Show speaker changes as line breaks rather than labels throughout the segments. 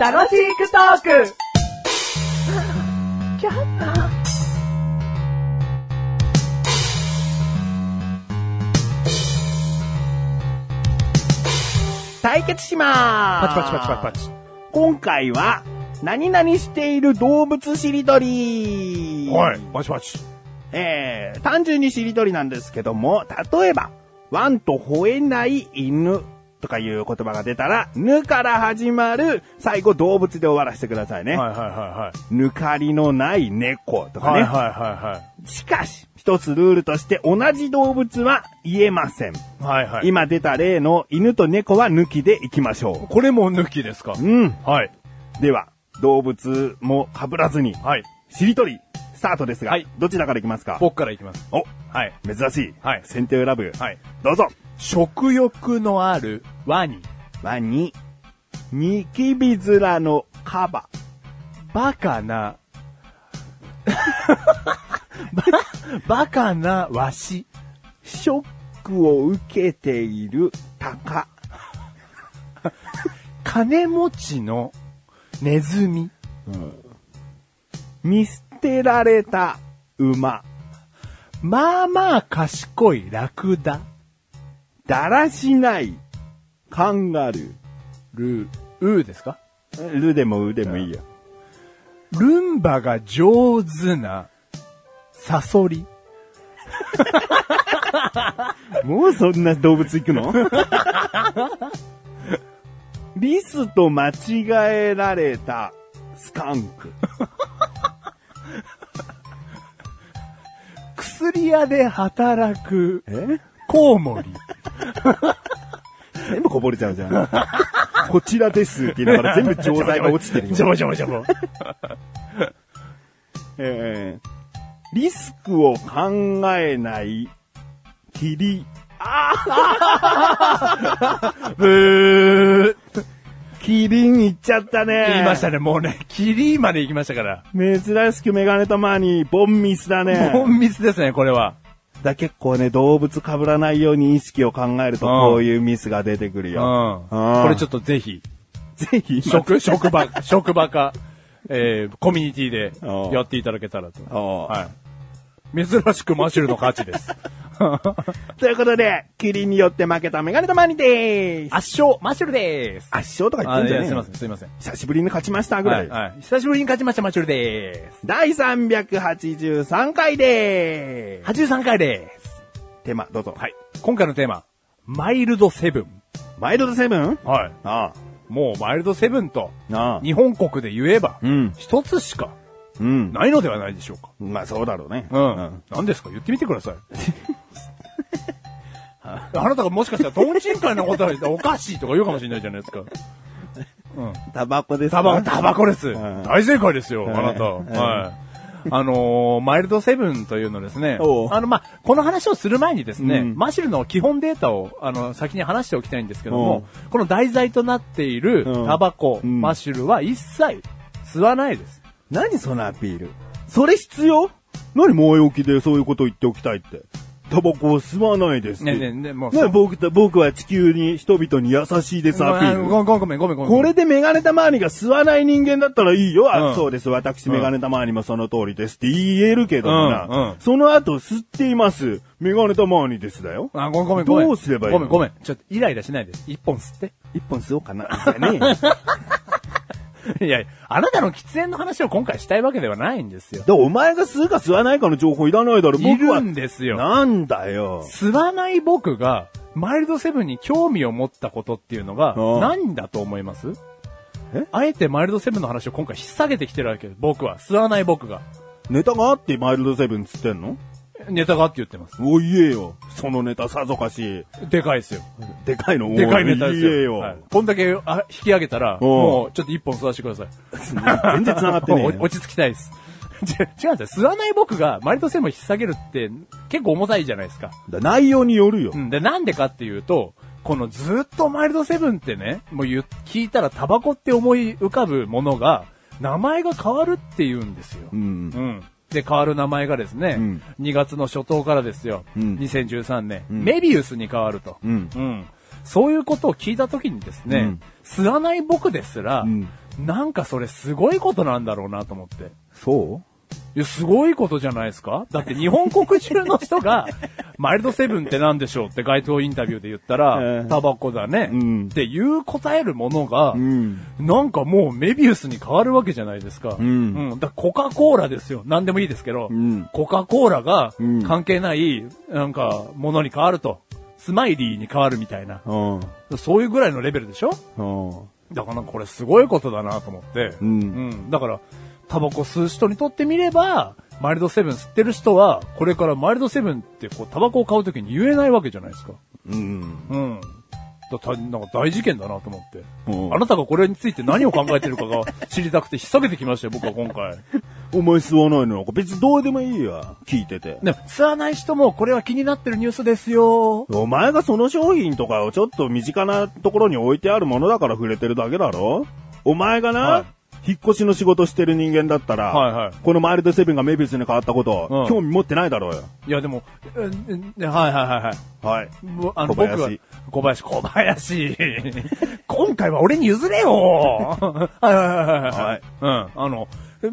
楽しくトーク
対決しま
パ
ー
チ
す。
パチパチパチパチ。
今回は、何々している動物しりとり。
はい。パチパチ。
えー、単純にしりとりなんですけども、例えば、ワンと吠えない犬とかいう言葉が出たら、ぬから始まる、最後動物で終わらせてくださいね。
はいはいは
ぬかりのない猫と
い
か
はい。は
ね。
いはいは
しかし、一つルールとして同じ動物は言えません。
いはい。はいはい。、
今出た例の犬と猫は抜きでいきましょ
これも抜きですか
う。うん。
はい。
では、動物も被らずに、
はい。
しりとり、スタートですが、
はい
どちらからいきますか
僕からいきます。
お、
はい。
珍しい。
はい
先手を選ぶ。
はい。
どうぞ。
食欲のあるワニ。
ワニ、ニキビ面のカバ。
バ カな。バ、バカなワシ。
ショックを受けているタカ。
金持ちのネズミ。
見捨てられた馬。
まあまあ賢いラクダ。
だらしないカンガル
ル、うですか
ー。ルでもウでもいいよ。
ルンバが上手なサソリ。
もうそんな動物行くの リスと間違えられたスカンク。
薬屋で働く
え
コウモリ。
全部こぼれちゃうじゃん。こちらですって言いながら全部錠剤が落ちてる よ。
ジョボジョボジョボ。
えーリスクを考えない霧。
ブー
キリンいっちゃったね。
言いましたね、もうね。キリまで行きましたから。
珍しくメガネたまにボンミスだね。
本密ですね、これは。
だ結構ね、動物被らないように意識を考えると、
うん
こういうミスが出てくる
うん。
よ。
これちょっとぜひ、
ぜひ、
職、職場、職場か、えー、コミュニティ
うん
でやっていただけたらと。
おう
はい。珍しくマシュルの勝ちです。
ということで、キリンによって負けたメガネたまにでーす。
圧勝、マシュルです。
圧勝とか言っ
あ、
てん
い
じゃ
や
ねえ
すいま
よ
せん、すいません。
久しぶりに勝ちましたぐらい。
はい。久しぶりに勝ちました、マシュルでーす。
第383回でーす。
83回です。
テーマ、どうぞ。はい。
今回のテーマ、マイルドセブン。
マイルドセブン
はい。
あ
もうマイルドセブンと、
あ。ああ。
日本国で言えば
うん、
一つしか
うん。
ないのではないでしょうか。
まあそうだろうね。
うん。何ですか言ってみてください。あなたがもしかしたら、トンチンカンのことはおかしいとか言うかもしれないじゃないですか。
タバコです
タバコ、タバコです。
ん
大正解ですよ、
ん
あなた。
うん
はい。あのーマイルドセブンというのですね
おう。
あの、まあ、この話をする前にですね、
うん
マシルの基本データを、あの、先に話しておきたいんですけど
おう
も、この題材となっている
うん
タバコ、
うん
マシルは一切吸わないです。
何そのアピールそれ必要何前置きでそういうこと言っておきたいって。タバコを吸わないですって。
ねねね、もう、
ね僕と、僕は地球に、人々に優しいですアピー
あ
ル。
ごめんごめんごめんごめんごめん。
これでメガネたまわりが吸わない人間だったらいいよ。あ
うん
そうです。私メガネたまわりもその通りですって言えるけどな。
うんうん
その後吸っています。メガネたまわりですだよ。
あ、ごめんごめんごめん。
どうすればいい
ご
の
めんごめん。ちょっとイライラしないで。一本吸って。
一本吸おうかな。ですよ ね
いやいや、あなたの喫煙の話を今回したいわけではないんですよ。
で、お前が吸うか吸わないかの情報いらないだろ。
い
僕は
るんですよ。
なんだよ。
吸わない僕が、マイルドセブンに興味を持ったことっていうのが
うん、
何だと思います
え
あえてマイルドセブンの話を今回引っ提げてきてるわけです。僕は。吸わない僕が。
ネタがあってマイルドセブンつってんの
ネタがあって言ってます。
おい言えよ。そのネタさぞかし。
でかいですよ。
でかいの
でかいネタですよ。
言えよ。
はいこんだけあ引き上げたら、
うん
もうちょっと一本吸わせてください。
全然繋が ってねえ
お落ち着きたいです。 違う違うんですよ。吸わない僕がマリトセブンを引っ提げるって結構重たいじゃないですか。
だ内容によるよ
う。ん。で、なんでかっていうと、このずっとマイルドセブンってね、もう言う聞いたらタバコって思い浮かぶものが、名前が変わるって言うんですよ。
う。ん。
うん。で、変わる名前がですね、
ん
2月の初頭からですよ、
ん
2013年、
ん
メビウスに変わると。
うん
うん。そういうことを聞いた時にですね、
うん
吸わない僕ですら、
うん
なんかそれすごいことなんだろうなと思って。
そ
いや、すごいことじゃないですかだって日本国中の人が、 マイルドセブンって何でしょうって街頭インタビューで言った
え
ら
え、
タバコだね、
うん
っていう答えるものが、
ん
なんかもうメビウスに変わるわけじゃないですか。
ん
うだからコカ・コーラですよ。何でもいいですけど、
ん
コカ・コーラが
ん
関係ない、なんか、ものに変わると。スマイリーに変わるみたいな。
う。うん。
そういうぐらいのレベルでしょ
うん。
だからなんかこれすごいことだなと思って。
うん
だから、タバコ吸う人にとってみれば、マイルドセブン吸ってる人は、これからマイルドセブンってこう、タバコを買うときに言えないわけじゃないですか。
うん。
うん。だたなんか大事件だなと思って、
うん
あなたがこれについて何を考えてるかが知りたくて引っ提げてきましたよ、僕は今回。
お前吸わないのなんか別にどうでもいいや。聞いてて。
でも、吸わない人もこれは気になってるニュースですよ。
お前がその商品とかをちょっと身近なところに置いてあるものだから触れてるだけだろお前がな、
は
引っ越しの仕事してる人間だったら、
はいはい
このマイルドセブンがメビウスに変わったこと、
うん
興味持ってないだろうよ。
いや、でも、うんうんはいはいはいはい。
はい。
もうあの、
小林
僕は、小林、小林。 今回は俺に譲れよ はいはいはいはい。
はい
うん。あの、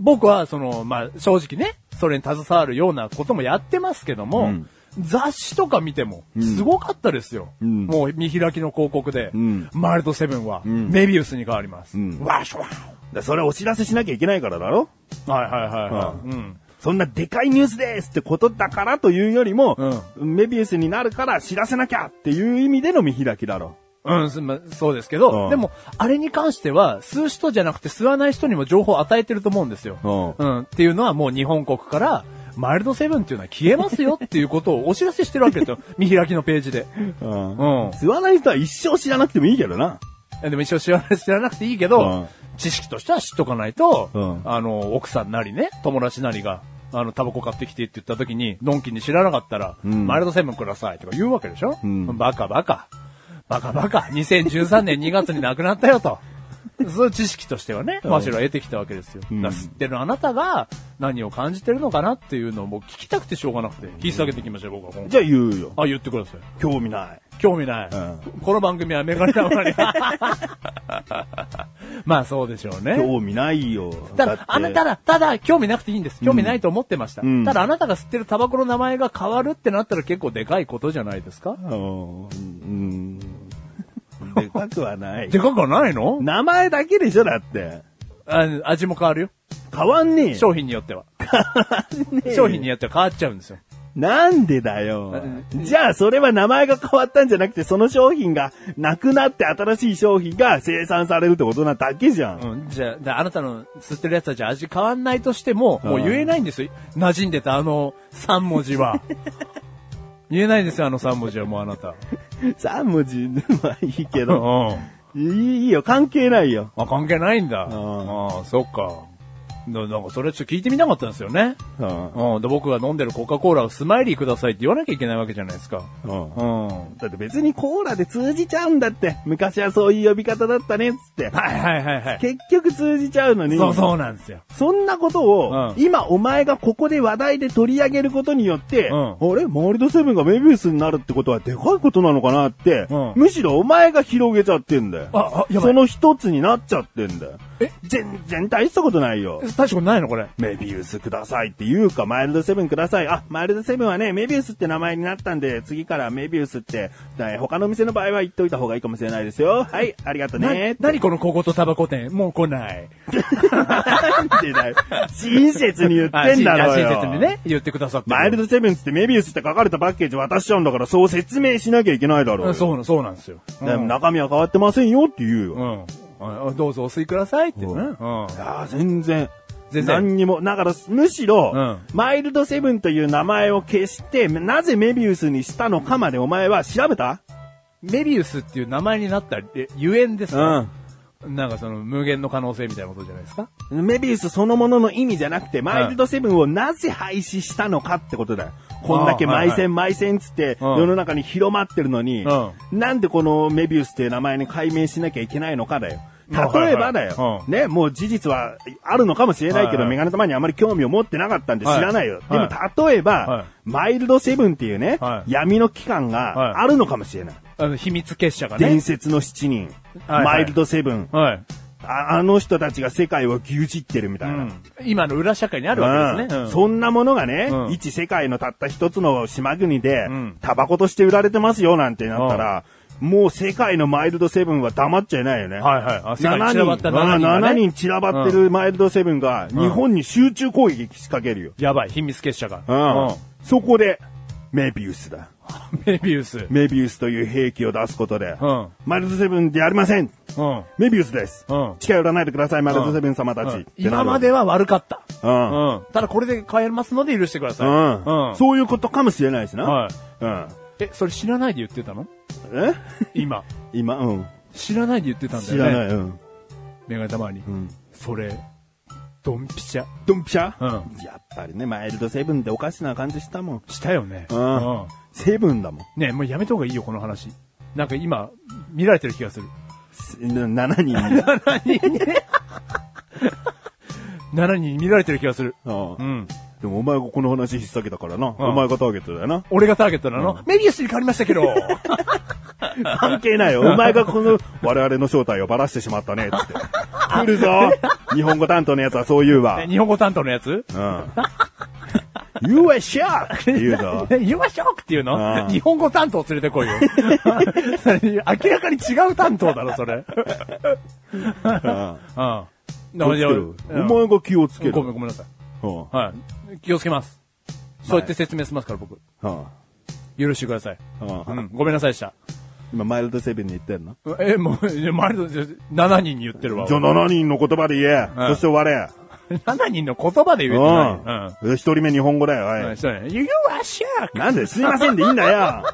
僕は、その、まあ、正直ね、それに携わるようなこともやってますけども、
うん
雑誌とか見ても、すごかったですよ。
うん
もう見開きの広告で、
うん
マイルドセブンは、
ん
メビウスに変わります。
ん
わしょわ
だそれお知らせしなきゃいけないからだろ
はいはいはいはい。うん。
そんなでかいニュースですってことだからというよりも、メビウスになるから知らせなきゃっていう意味での見開きだろ。
うん、すまそうですけ
う
ど、
ん
でも、あれに関しては、吸う人じゃなくて吸わない人にも情報を与えてると思うんですよ。
う
うん。っていうのはもう日本国から、マイルドセブンっていうのは消えますよっていうことをお知らせしてるわ けですよ。見開きのページで。
うん
うん。
吸わない人は一生知らなくてもいいけどな。
でも一応知らな知らなくていいけど、
うん
知識としては知っとかないと、
うん
あの、奥さんなりね、友達なりが、あの、タバコ買ってきてって言った時に、のんきに知らなかったら、
ん
マイルドセブンくださいとか言うわけでしょ、
ん
バカバカ。バカバカ。2013年2月に亡くなったよと。そういう知識としてはね、マシュラは得てきたわけですよ。
ん
だから吸ってるあなたが何を感じてるのかなっていうのをもう聞きたくてしょうがなくて、引っ提げてきましたよ、僕は今
じ
回。
ゃあ言うよ。
あ、言ってください。
興味ない。
興味ない。
う
この番組はメガネ玉 に。まあそうでしょうね。
興味ないよ。
ただ、あなた
ら。
だ、ただ、興味なくていいんです。興味ないと思ってました。
うん
ただ、あなたが吸ってるタバコの名前が変わるってなったら結構でかいことじゃないですか
うん。うんでかくはない。
でかくはないの
名前だけでしょだって。
あの味も変わるよ。
変わんねえよ。
商品によっては。商品によっては変わっちゃうんですよ。
なんでだよ
う。
じゃあそれは名前が変わったんじゃなくて、その商品がなくなって新しい商品が生産されるってことなだけじゃん。
うん、じゃあ、だあなたの吸ってるやつはじゃあ味変わんないとしても、もう言えないんですよ。馴染んでたあの3文字 は。言えないんですよ、あの3文字はもうあなた。
3文字はいいけ
う
ど。
ん。
いいよ、関係ないよ。
あ、関係ないんだ。
ん
ああ、そっか。ななんかそれちょっと聞いてみたかったんですよね。
うん
うん。で、僕が飲んでるコカ・コーラをスマイリーくださいって言わなきゃいけないわけじゃないですか。
うん
うん。は
だって別にコーラで通じちゃうんだって。昔はそういう呼び方だったねっつって
い。はいはいはい。
結局通じちゃうのに。
そうそうなんですよ。
そんなことを、
うん
今お前がここで話題で取り上げることによって、
うん
あれマイルドセブンがメビウスになるってことはでかいことなのかなって、
うん
むしろお前が広げちゃってんだよ。
ああやば
そ
い
の一つになっちゃってんだよ。
え
全然大したことないよ。
大したことないのこれ。
メビウスくださいって言うか、マイルドセブンください。あ、マイルドセブンはね、メビウスって名前になったんで、次からメビウスって、ね他の店の場合は言っといた方がいいかもしれないですよ。はい、ありがと
な
ね。
何このココとタバコ店もう来ない。
なんでだよ。親切に言ってんだろうよ。
あ親切にね、言ってくださってる。
マイルドセブンつってメビウスって書かれたパッケージ渡しちゃうんだから、そう説明しなきゃいけないだろう
う
よ。
んそうな、そうなんですよ。
だから中身は変わってませんよって言うよ。
うん。あどうぞお吸いくださいってね。うん。
いやー全然。
全然
何にも。だから、むしろ、
うん
マイルドセブンという名前を消して、なぜメビウスにしたのかまでお前は調べた
メビウスっていう名前になったえゆえんですか、なんかその無限の可能性みたいなことじゃないですか
メビウスそのものの意味じゃなくて、マイルドセブンをなぜ廃止したのかってことだよ。こんだけ
あーは
埋
いはい
線埋線つって、
うん
世の中に広まってるのに、
うん
なんでこのメビウスっていう名前に改名しなきゃいけないのかだよ。例えばだ
はいはい
よ
は。い
ね、もう事実はあるのかもしれないけ
はい
ど、
はい
メガネ玉にあまり興味を持ってなかったんで知
はい
らないよ。で
は
も例え
は
ば
い、
マイルドセブンっていうね
は、い
闇の機関
はい
があるのかもしれない。
あの、秘密結社がね
伝。説の7人、
はいはい
マイルドセブン
はい。
あ、あの人たちが世界を牛耳ってるみたいな。
今の裏社会にあるわけですね。
うん
うん
そんなものがね、
うん
一世界のたった一つの島国で
ん、
タバコとして売られてますよなんてなったら、もう世界のマイルドセブンは黙っちゃいないよね。
はいはいあ世界に
7
散らばった
人、
7人がね
7人散らばってるマイルドセブンが、日本に集中攻撃仕掛けるよ。
やばい、秘密結社が。
うん
うん
そこで、メビウスだ。
メビウス。うん。
メビウスという兵器を出すことで、
うん
マイルドセブンではありません
うん。
メビウスです、
うん
近寄らないでください、マイルドセブン様たち、ってなるわけ
今までは悪かった。
うん
うん。ただこれで変えますので許してください。
うん
うん。
そういうことかもしれないしな。
はい。
うん。
え、それ知らないで言って たの
え
今。
今、うん。
知らないで言ってたんだ
知
よね。
らない。うん。
メガネたまに。
ん
それ、ドンピシャ。
ドンピシャ
う
やっぱりね、マイルドセブンでおかしな感じしたもん。
したよね。
うん。
うん
セブンだもん。
ねえもうやめた方がいいよ、この話。なんか今、見られてる気がする。
す7人 に。
7人に見られてる気がする。
う
うんん。
でもお前がこの話引っ提げたからな。
うん。
お前がターゲットだよな
俺がターゲットなの、メビウスに変わりましたけど
関係ないよ。お前がこの我々の正体をばらしてしまったね、つって。来るぞ日本語担当のやつはそう言うわ。
日本語担当のやつ
うん。You are shark! って言う ぞ。
言わしょくっていう
う
の
ん
日本語担当連れてこい よ。それ明らかに違う担当だろ、それ。うん。
うん
だから
気をつけ
う
ろ
ん
お前が気をつけ
ご
ろ。
めん、ごめんなさい。
うんは
はい。気をつけます。そう言って説明しますから、僕。
あ
許してください。
うん
うん。ごめんなさいでした。
今、マイルドセブンに言ってんの
え、もう、いや周りの7人に言ってるわ。
じゃあ7人 の言葉で言え。
うん
そして終われ。
7人の言葉で言えてない。うん。
うん。一人目日本語だよ、おい
そうね。You are shark!
なんですいませんでいいんだよ。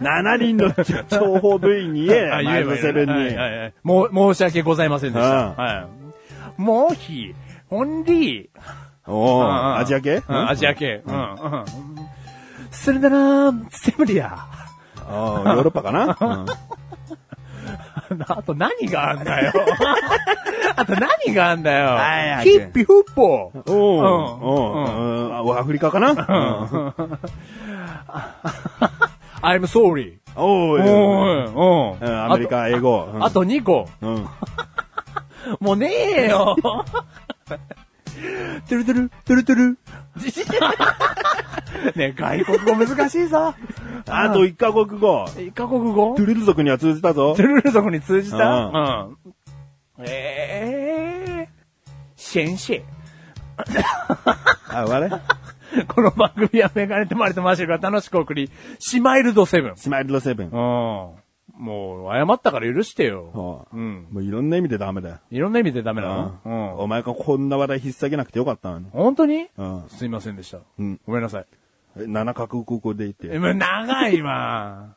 7人の情報部員に言え、
あ
マイルドセブンに。
はいはいはいもう、申し訳ございませんでした。
うん
はい。もうひ、オンリー。
お
うんうん
ー、アジア系
うんアジア系。うん。うんそれだなセブリア。
あーヨーロッパかなうん
あと何があんだよ。 あと何があんだよ。
はいはい
ヒッピフッポ。
おー、おーうんあアフリカかなうん
I'm sorry.
お
おい
ー、
おい
うんアメリカ、英語。うん
あと2個。
うん。
もうねえ よ。 トゥルトゥル、トゥルトゥル。ねえ外国語難しいさ。
あと1カ国語。
一カ国語
トゥルル族には通じたぞ
ト。ゥルル族に通じた
う
うん。ええ先生。
あ、あれ
この番組はメガネとマリとマーシュルが楽しく送り、シマイルドセブン。
スマイルドセブン
うん。。もう、謝ったから許してよ。
おー
うん。
もういろんな意味でダメだよ。
いろんな意味でダメな
う
の
ん
うん。
お前がこんな話題引っ提げなくてよかったのに。
本当に
うん
すいませんでした。
うん
ごめんなさい。
え7カ国語で言って
え
よ。
もう長いわ。